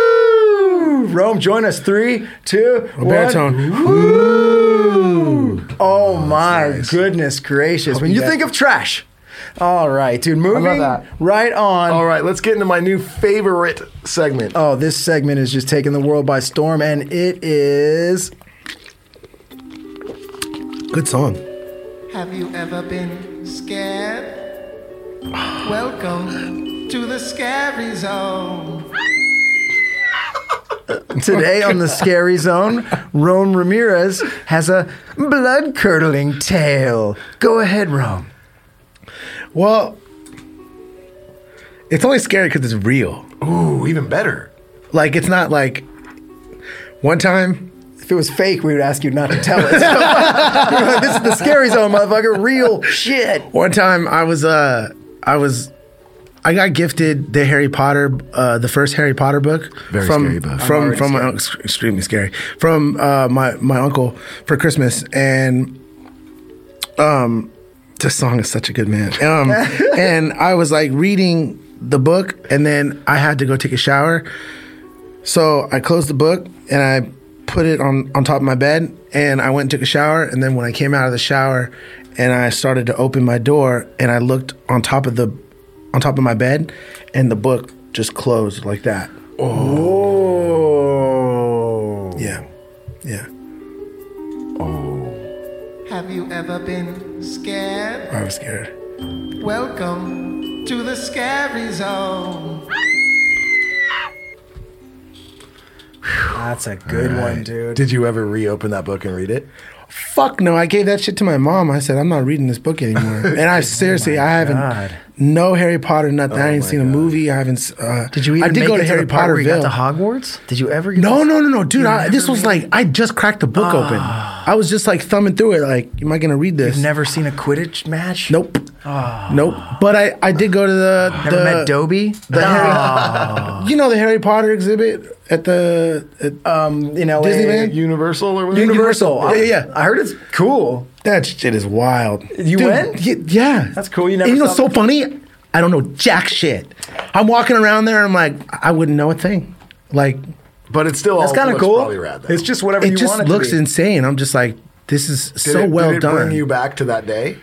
S2: Rome, join us. Three, two, one.
S3: baritone.
S2: Woo! Oh my goodness gracious! when you
S1: guys-
S2: think of trash. All right, dude. Moving
S1: that? Oh,
S2: right on.
S1: All right, let's get into my new favorite segment.
S2: Oh, this segment is just taking the world by storm, and it is
S3: Good song.
S5: Have you ever been scared? Welcome
S4: to the scary zone.
S2: Today on the Scary Zone, Rome Ramirez has a blood curdling tale. Go ahead, Rome.
S3: Well, it's only scary because it's real.
S2: Oh,
S1: Ooh, even better.
S3: Like it's not like one time.
S2: If it was fake, we would ask you not to tell us. this is the Scary Zone, motherfucker. Real shit.
S3: One time I was uh I was I got gifted the Harry Potter uh the first Harry Potter book
S1: Very
S3: from
S1: scary book.
S2: I'm
S3: from
S2: already
S3: from my unc- extremely scary from uh my my uncle for Christmas and um this song is such a good man. Um and I was like reading the book and then I had to go take a shower. So I closed the book and I put it on, on top of my bed and I went and took a shower. And then when I came out of the shower and I started to open my door and I looked on top of the on top of my bed and the book just closed like that.
S1: Oh.
S3: Yeah. Yeah.
S4: Have you ever been scared?
S3: I was scared.
S4: Welcome to the scary zone.
S2: That's a good one, dude.
S1: Did you ever reopen that book and read it?
S3: Fuck no, I gave that shit to my mom. I said, I'm not reading this book anymore. And I seriously, I haven't,
S2: God. Oh
S3: no Harry Potter, nothing. I haven't
S1: my
S3: seen a
S1: God.
S3: movie. I haven't, s- uh,
S2: Did you even
S3: I did
S2: make
S3: go
S2: it
S3: to, Harry
S2: the part
S3: Potter
S2: where you got to Hogwarts? Did you ever get
S3: No,
S2: to-
S3: no, no, no, dude.
S2: You
S3: I, this
S2: never
S3: was
S2: made-
S3: like I just cracked the book open. I was just like thumbing through it. Like, am I gonna read this?
S2: You've never seen a Quidditch match?
S3: Nope. Nope. But I, I did go to the
S2: Never
S3: the,
S2: met Ah. Dobby?
S3: the Harry, you know the Harry Potter exhibit at the at,
S2: um, in LA.
S3: Disneyland?
S1: Universal or whatever?
S2: Universal.
S3: Yeah, yeah, yeah.
S2: I heard it's cool.
S3: that shit is wild.
S2: You went?
S3: y- yeah,
S2: That's cool. You never
S3: And you know,
S2: saw
S3: so funny. I don't know jack shit. I'm walking around there. and I'm like, I wouldn't know a thing. Like,
S1: But it's still
S2: That's
S1: all
S2: kind of
S1: looks
S2: cool.
S1: Probably rad, though.
S2: It's just whatever
S3: it
S2: you
S3: just
S2: want it
S3: looks
S2: to be.
S3: insane. I'm just like, this is
S1: Did
S3: so
S1: it-
S3: well
S1: did it
S3: done.
S1: Bring you back to that day.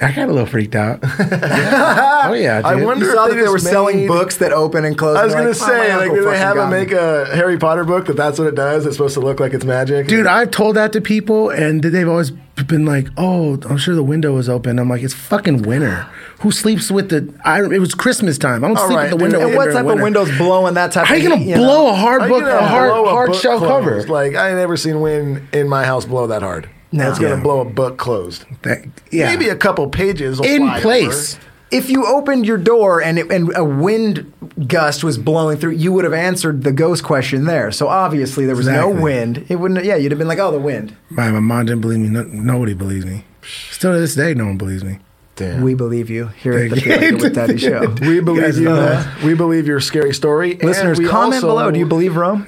S3: I got a little freaked out. Oh yeah, dude.
S1: I wonder
S2: You saw
S1: if
S2: that
S1: they
S2: they were
S1: just
S2: selling
S1: made-
S2: books that open and close.
S1: I
S2: and
S1: was
S2: they're
S1: gonna
S2: "Oh, my
S1: say, like,
S2: uncle
S1: do they
S2: fucking
S1: have them
S2: got me."
S1: make a Harry Potter book that that's what it does? It's supposed to look like it's magic,
S3: Dude, I've told that to people, and they've always been like, "Oh, I'm sure the window was open." I'm like, "It's fucking winter. Who sleeps with the? I, it was Christmas time. I don't
S1: All
S3: sleep
S1: right,
S3: with the
S1: dude.
S3: window.
S2: And
S3: open
S2: what
S3: during
S2: type of
S3: winter.
S2: windows blowing that type?
S3: How
S2: of
S3: are you gonna
S2: heat,
S3: blow
S2: know?
S3: a hard
S1: Are you
S3: book,
S1: gonna
S3: a hard,
S1: blow
S3: hard
S1: book
S3: shell
S1: closed?
S3: cover?
S1: Like I ain't never seen wind in my house blow that hard.
S2: No.
S1: It's gonna
S2: Yeah.
S1: blow a book closed.
S3: That- yeah,
S1: Maybe a couple pages will
S3: in
S1: fly
S3: place.
S1: over.
S2: If you opened your door and it, and a wind gust was blowing through, you would have answered the ghost question there. So obviously there was no
S3: Exactly.
S2: wind. It wouldn't. Yeah, you'd have been like, "Oh, the wind."
S3: My, my mom didn't believe me. No, nobody believes me. Still to this day, no one believes me.
S1: Damn.
S2: We believe you here at the
S3: Thank you.
S2: Feel Like It with Daddy Show.
S1: We believe
S2: guys
S1: you.
S2: know
S1: man.
S2: that.
S1: We believe your scary story. and
S2: Listeners,
S1: we
S2: comment
S1: also-
S2: below. Do you believe Rome?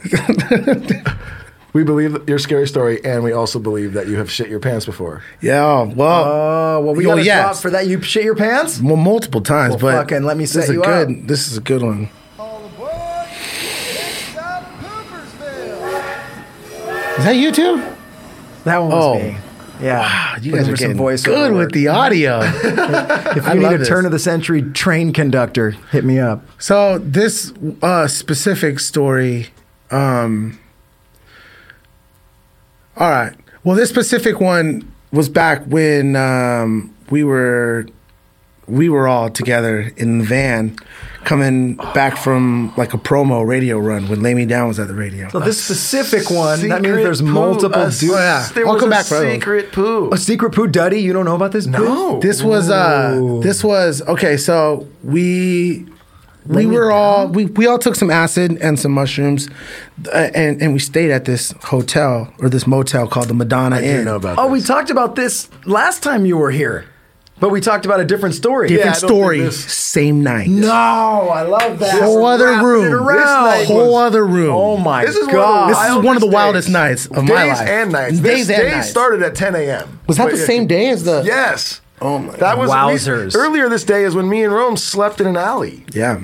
S1: We believe your scary story, and we also believe that you have shit your pants before.
S3: Yeah, well,
S2: Oh, well, we
S3: well,
S2: got a
S3: yes.
S2: drop for that. You shit your pants?
S3: Well, multiple times,
S2: Well,
S3: but
S2: fucking let me
S3: this
S2: set
S3: is a
S2: you
S3: good.
S2: up.
S3: This is a good one.
S4: All aboard, it's up Poopersville.
S3: Is that you too?
S2: That one was
S3: Oh.
S2: me. Yeah. Wow,
S3: You guys are getting good with the audio.
S2: If you
S3: I
S2: need
S3: love
S2: a
S3: this.
S2: turn of the century train conductor, hit me up.
S3: So this uh, specific story, um, all right. Well, this specific one was back when um, we were we were all together in the van, coming back from like a promo radio run when "Lay Me Down" was at the radio.
S2: So this specific one, that means
S1: Secret
S2: there's
S1: poo,
S2: multiple
S1: a
S2: dudes.
S1: s-
S3: Oh, yeah.
S1: There
S3: I'll
S1: was
S3: come
S1: a
S3: back for that one.
S1: secret poo.
S2: A secret poo duddy? You don't know about this?
S1: No.
S3: This was uh this was okay, so we we were all we, we all took some acid and some mushrooms uh, and and we stayed at this hotel or this motel called the Madonna
S1: I
S3: Inn.
S1: do know about
S2: Oh, we
S1: this.
S2: talked about this last time you were here, but we talked about a different story.
S1: Yeah, I
S3: Different
S1: don't think
S3: story,
S1: this-
S3: same night.
S2: No, I love that.
S3: Whole other
S2: Wrapping it
S3: room.
S2: around.
S1: night
S3: Whole
S1: was-
S3: other room.
S2: Oh my
S1: This is
S2: god.
S1: one of
S3: This
S1: the
S3: is
S1: wildest
S3: one of the
S1: days.
S3: wildest nights of my
S1: Days
S3: life.
S1: and nights.
S3: Days
S1: This
S3: and
S1: day
S3: nights.
S1: started at 10 a.m.
S3: Was that
S1: But
S3: the
S1: yeah,
S3: same day as the
S1: Yes.
S3: Oh my
S1: That was we-
S2: Wowzers.
S1: earlier this day is when me and Rome slept in an alley.
S3: Yeah.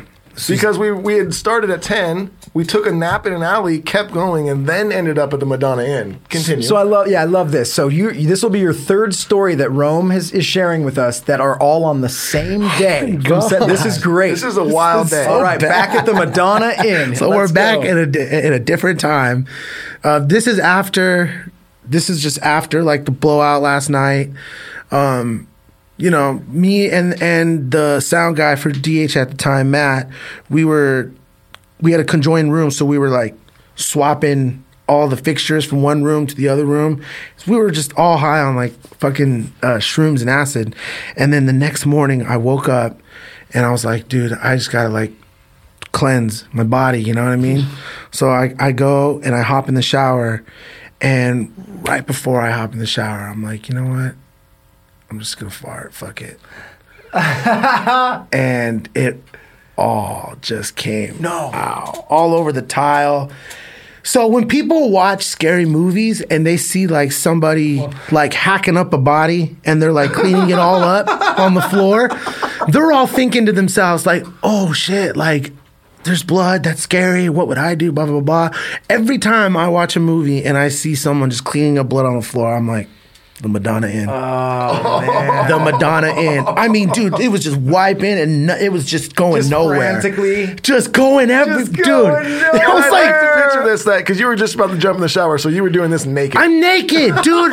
S1: Because we, we had started at 10, we took a nap in an alley, kept going, and then ended up at the Madonna Inn. Continue.
S2: So I love, yeah, I love this. So you, this will be your third story that Rome has, is sharing with us that are all on the same day. Rome said, this is great.
S1: This is a wild day.
S2: all right, back at the Madonna Inn.
S3: So
S2: Let's
S3: we're back
S2: go.
S3: at a di- at a different time. Uh, this is after. This is just after like the blowout last night. Um, you know, me and and the sound guy for DH at the time, Matt, we were we had a conjoined room, so we were like swapping all the fixtures from one room to the other room. So we were just all high on like fucking uh, shrooms and acid. And then the next morning, I woke up and I was like, dude, I just gotta like cleanse my body, you know what I mean? So I, I go and I hop in the shower. And right before I hop in the shower, I'm like, you know what? I'm just gonna fart. Fuck it. and it all just came no out, all over the tile. So when people watch scary movies and they see like somebody like hacking up a body and they're like cleaning it all up on the floor, they're all thinking to themselves like, "Oh shit, like there's blood, that's scary. What would I do?" blah blah blah. Every time I watch a movie and I see someone just cleaning up blood on the floor, I'm like, the Madonna Inn. The Madonna Inn. I mean, dude, it was just wiping and no, it was just going
S2: Just
S3: nowhere.
S2: frantically.
S3: Just going every
S2: Just
S3: dude.
S2: going
S3: It was
S1: I like
S3: like
S1: to picture this that because you were just about to jump in the shower, so you were doing this naked.
S3: I'm naked, dude.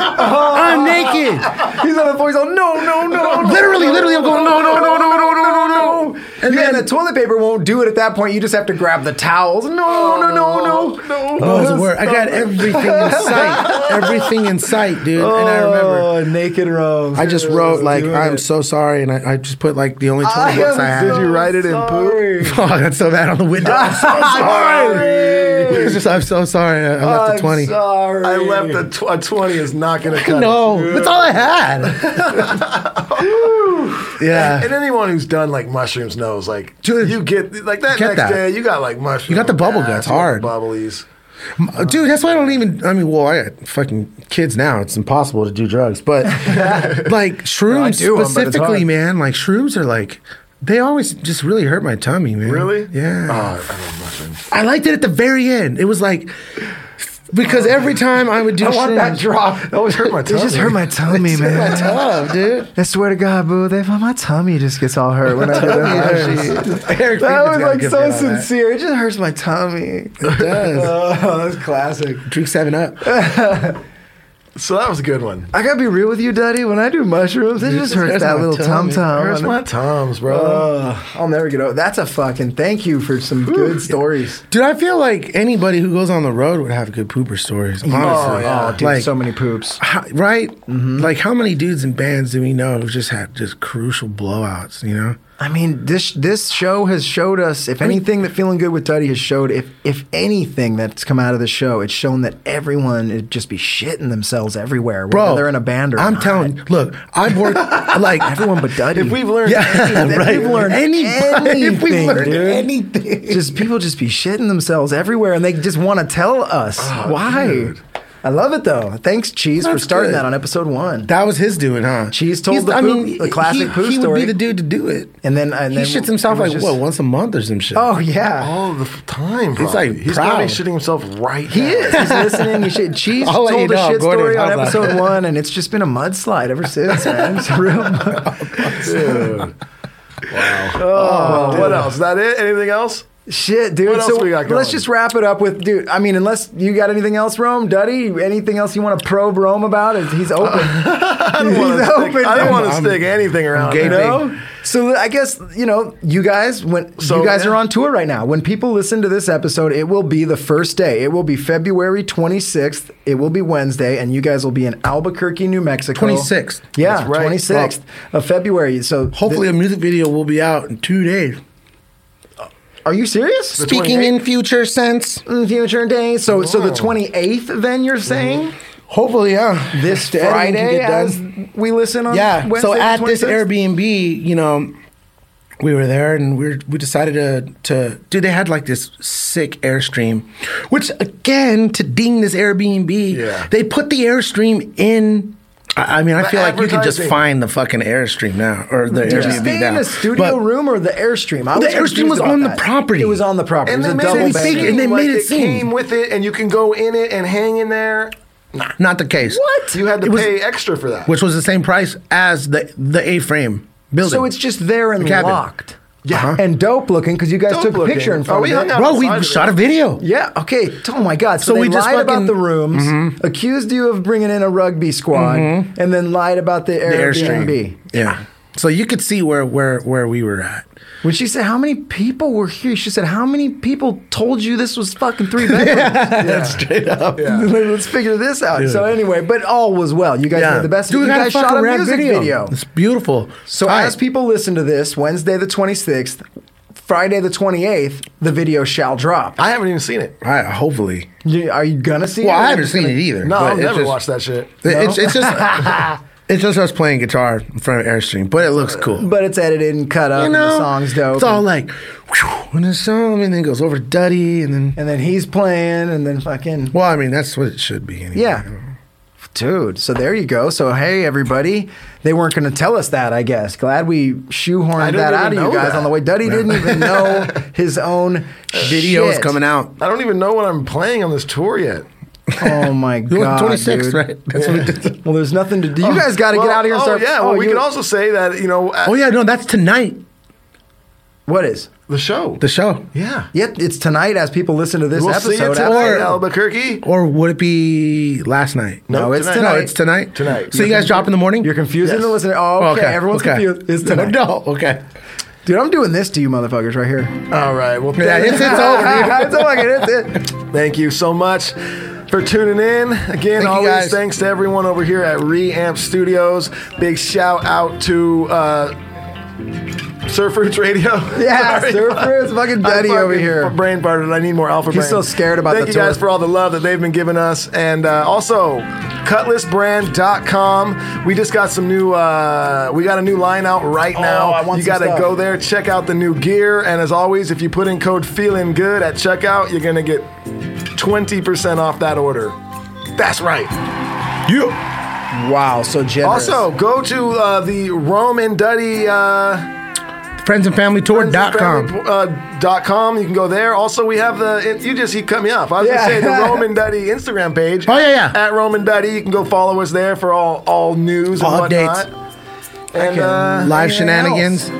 S3: I'm naked.
S2: He's on the floor. He's all, no, no, no. no."
S3: Literally, literally, I'm going no, no, no, no, no, no, no.
S2: And
S3: And
S2: yeah,
S3: then
S2: and the toilet paper won't do it at that point. You just have to grab the towels. No, no, no, no, no.
S3: Oh, it's a word. I got everything in sight. Everything in sight, dude. And I remember.
S2: Oh, naked Rome.
S3: I just wrote like I'm so sorry, and I, I just put like the only 20
S2: I
S3: bucks
S2: am
S3: I had.
S2: so
S1: Did you write it in poop?
S2: sorry.
S3: Oh, that's so bad on the window. I'm so sorry. It's just I'm so sorry. I I left
S2: I'm
S3: a 20.
S2: sorry.
S1: I left a, tw- a twenty is not going to cut it.
S3: No, that's all I had. yeah.
S1: And anyone who's done like mushrooms knows, like,
S3: Uh, Dude,
S1: you get like that
S3: get
S1: next
S3: that.
S1: day, you got like mushrooms.
S3: You got the bubble guts, hard.
S1: bubblies.
S3: Uh, dude that's why i don't even i mean well i got fucking kids now it's impossible to do drugs but like shrooms
S2: do 'em, but it's
S3: specifically
S2: hard.
S3: man like shrooms are like they always just really hurt my tummy man
S1: Really?
S3: yeah
S1: Oh, I love mushrooms.
S3: i liked it at the very end it was like because every time i would do
S2: I want that
S3: shrooms
S2: drop.
S1: That always hurt my
S2: It
S1: tummy.
S2: just hurt my tummy, man.
S3: tough dude
S2: I swear to God, boo, they, my tummy just gets all hurt when I do that.
S3: Eric
S2: That was
S3: Friedman's gotta
S2: like
S3: give
S2: so
S3: me all that.
S2: sincere. It just hurts my tummy.
S3: It does.
S2: Oh, that's classic.
S3: Drink seven up.
S1: So that was a good one.
S2: I gotta be real with you, Daddy. When I do mushrooms, it just hurts
S3: hurts
S2: that
S3: my
S2: little tum
S3: tummy.
S2: tum.
S1: Hurts my tums, bro.
S3: Uh,
S2: I'll never get over. That's a fucking thank you for some good stories.
S3: Dude, I feel like anybody who goes on the road would have good pooper stories. Honestly.
S2: oh, dude,
S3: Like,
S2: so Mm-hmm. many poops.
S3: how, right? Like how many dudes and bands do we know who just had just crucial blowouts? You know,
S2: I mean, this this show has showed us, if anything, that feeling good with Duddy has showed, if if anything that's come out of the show, it's shown that everyone would just be shitting themselves everywhere, whether
S3: bro,
S2: they're in a band or
S3: I'm
S2: not.
S3: telling you, look, I've worked like
S2: everyone but Duddy.
S1: If we've learned,
S3: yeah,
S2: If
S3: right.
S2: we've learned
S3: Anybody- if we've
S2: anything,
S3: learned
S2: dude.
S3: anything,
S2: just people just be shitting themselves everywhere, and they just want to tell us why. I love it though. Thanks, Cheese, for
S3: Oh, That's
S2: starting
S3: good.
S2: that on episode one.
S3: that was his doing, huh?
S2: Cheese told the
S3: I
S2: poo-
S3: mean,
S2: the classic
S3: he,
S2: poo
S3: he
S2: story.
S3: would be the dude to do it,
S2: and then and
S3: he
S2: then
S3: shits himself
S2: it was
S3: like
S2: just-
S3: what once a month or some shit.
S2: Oh yeah.
S1: all the f- time, bro.
S3: like,
S1: he's gonna
S3: proud.
S1: be shitting himself right.
S2: He is. He's listening. He should. Cheese
S3: I'll let
S2: told
S3: you
S2: a
S3: know,
S2: shit
S3: Gordon,
S2: story on
S3: how's
S2: episode
S3: that?
S2: one, and it's just been a mudslide ever since, man. It's a real mud-
S1: Dude. Wow. Oh, what else? Is that it? Anything else?
S2: shit, dude.
S1: What else
S2: so
S1: we got
S2: let's
S1: going?
S2: just wrap it up with, dude. I mean, unless you got anything else, Rome, Duddy, anything else you want to probe Rome about? Is He's open.
S1: I don't wanna
S2: He's
S1: stick-
S2: open.
S1: I don't
S2: dude.
S1: want to
S3: I'm-
S1: stick anything around.
S3: gaping.
S1: there.
S2: No. So I guess you know you guys when
S1: So,
S2: you guys
S1: yeah.
S2: are on tour right now. When people listen to this episode, it will be the first day. It will be February 26th. It will be Wednesday, and you guys will be in Albuquerque, New Mexico.
S3: 26th.
S2: Yeah,
S1: That's right.
S2: 26th of February. So
S3: Hopefully, a music video will be out in two days.
S2: th- are you serious?
S3: Speaking in future sense,
S2: in future days. So so the 28th. Then you're saying
S3: hopefully, yeah.
S2: this
S3: The editing can
S2: Friday
S3: Mm-hmm. get done.
S2: as we listen on
S3: yeah.
S2: Wednesday,
S3: so
S2: the
S3: at this
S2: 26th?
S3: Airbnb, you know, we were there and we were, we decided to to dude. They had like this sick Airstream, which again to ding this Airbnb,
S1: Yeah.
S3: they put the Airstream in. I I mean, I
S1: The
S3: feel like you can just
S1: advertising.
S3: find the fucking Airstream now or the
S2: Did you
S3: Airbnb
S2: stay
S3: now.
S2: in a studio
S3: But-
S2: room or the airstream? I
S3: The
S2: confused
S3: Airstream was
S2: about
S3: on the
S2: that.
S3: property.
S2: It was on the property.
S1: And
S2: it
S1: they
S2: was
S1: made
S2: a double
S1: it
S3: big-
S2: bang.
S1: seem
S3: and they
S1: like
S3: made it
S1: it
S3: seem.
S1: came with it, and you can go in it and hang in there.
S3: Not the case.
S1: You had to
S3: It was-
S1: pay extra for that.
S3: Which was the same price as the the A frame building.
S2: So it's just there and
S3: The cabin.
S2: locked.
S1: Yeah. Uh-huh.
S2: And dope looking because you guys
S1: Dope
S2: took a
S1: looking.
S2: picture in
S1: Oh,
S2: front
S1: we
S2: of
S1: hung
S2: it.
S1: out.
S3: bro. We
S1: outside of
S3: shot a
S1: it.
S3: video.
S2: Yeah. Okay. Oh my God. So,
S3: So
S2: they
S3: we just
S2: lied about
S3: fucking- Mm-hmm.
S2: the rooms, accused you of bringing in a rugby squad, and then lied about the
S3: The
S2: Airbnb.
S3: Airstream. Yeah. So you could see where where where we were at.
S2: When she said how many people were here, she said how many people told you this was fucking three bedrooms.
S3: Straight up.
S1: Yeah.
S2: Let's figure this out. So anyway, but all was well. You guys made the best. of it.
S3: Dude,
S2: you
S3: I got
S2: guys
S3: a fucking
S2: shot a
S3: rap
S2: music video.
S3: It's beautiful.
S2: So
S3: Tight.
S2: as people listen to this, Wednesday the 26th, Friday the 28th, the video shall drop.
S1: I haven't even seen it.
S3: I, hopefully.
S2: You- are you gonna see
S3: Well,
S2: it?
S3: I haven't seen it either.
S1: No,
S3: but
S1: I've
S3: it's
S1: never
S3: just-
S1: watched that shit.
S3: It's, it's just it's just us playing guitar in front of Airstream, but it looks cool.
S2: But it's edited and cut up.
S3: you
S2: and
S3: know,
S2: the song's dope.
S3: It's all like whew, and the song, and then it goes over to Duddy, and then
S2: and then he's playing, and then fucking
S3: well, I mean that's what it should be. Anyway.
S2: yeah. Dude, so there you go. So hey, everybody, they weren't going to tell us that. I guess. Glad we
S1: I
S2: shoehorned
S1: didn't
S2: that out of
S1: even
S2: you
S1: know
S2: guys
S1: that.
S2: on the way. Duddy didn't even know his own
S3: video is
S2: shit.
S3: coming out.
S1: I don't even know what I'm playing on this tour yet.
S2: Oh my god,
S3: Twenty six,
S2: dude.
S3: right? That's what it is.
S2: Well, there's nothing to do. You guys got to
S1: Well,
S2: get out of here and
S1: oh,
S2: start.
S1: Yeah, well, we
S2: you-
S1: can also say that, you know, at
S3: Oh yeah, no, that's tonight.
S2: What is?
S1: the show.
S3: The show,
S1: yeah.
S2: Yep, it's tonight as people listen to this
S1: We'll
S2: episode.
S1: see you
S2: after-
S1: tonight, Albuquerque.
S3: or would it be last night?
S2: No, it's
S3: No,
S2: tonight.
S3: it's tonight.
S1: Tonight.
S3: So you guys drop in the morning.
S2: You're confusing
S1: Yes.
S2: the listener. Oh, okay. Everyone's
S3: okay.
S2: confused. It's tonight.
S3: No, okay.
S2: Dude, I'm doing this to you motherfuckers right here.
S1: All right. Well,
S3: Yeah, it's, it's over. dude.
S2: it's all I can- it's it.
S1: Thank you so much for tuning in. Again,
S3: you,
S1: always
S3: guys.
S1: thanks to everyone over here at Reamp Studios. Big shout out to uh, Surf Roots Radio.
S2: Yeah,
S1: Sorry.
S2: Surfer is fucking
S1: I'm
S2: Duddy over
S1: fucking
S2: here.
S1: Brain farted. I need more alpha.
S2: He's
S1: brain.
S2: so scared about
S1: Thank
S2: the
S1: you guys
S2: tour.
S1: for all the love that they've been giving us, and uh, also cutlassbrand.com. We just got some new. Uh, we got a new line out right now.
S2: Oh, I want
S1: you
S2: some
S1: gotta
S2: stuff.
S1: go there, check out the new gear, and as always, if you put in code feeling good at checkout, you're gonna get 20% off that order. That's right.
S2: Wow, so generous.
S1: Also, go to uh, the Rome and Duddy uh,
S3: Friends and family tour.com.
S1: uh, dot com. You can go there. Also, we have the it- you just he cut me off. I was
S2: Yeah.
S1: gonna say the Rome and Duddy Instagram page.
S3: Oh, yeah, yeah.
S1: At Rome and Duddy, you can go follow us there for all all news
S3: All
S1: and
S3: updates.
S1: whatnot. And uh,
S3: Live
S2: anything else?
S3: shenanigans.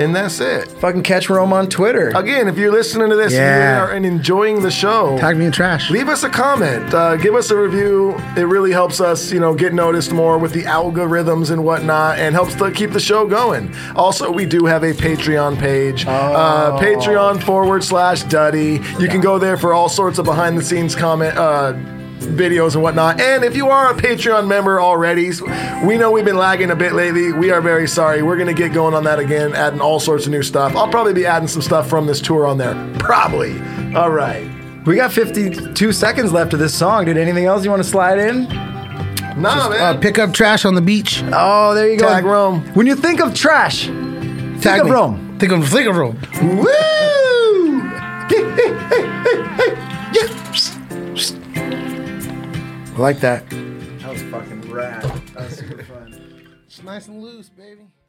S1: and that's it.
S2: fucking catch Rome on Twitter.
S1: Again, if you're listening to this and,
S3: Yeah.
S1: you are, and enjoying the show,
S3: Tag me in trash.
S1: leave us a comment uh, give us a review it really helps us you know get noticed more with the algorithms and whatnot and helps to keep the show going also we do have a patreon page uh, patreon forward slash duddy you can go there for all sorts of behind the scenes comment uh, videos and whatnot and if you are a patreon member already s- we know we've been lagging a bit lately we are very sorry we're gonna get going on that again adding all sorts of new stuff i'll probably be adding some stuff from this tour on there probably all right
S2: We got 52 seconds left of this song. Did anything else you want to slide in?
S1: nah, man.
S3: Uh, pick up trash on the beach.
S2: Oh, there you go.
S1: Tag Rome.
S2: When you think of trash,
S3: Tag
S2: of
S3: me.
S2: Rome.
S3: Think of think of Rome.
S2: woo!
S3: I like that.
S2: That was fucking rad. That was super fun.
S3: It's nice and loose, baby.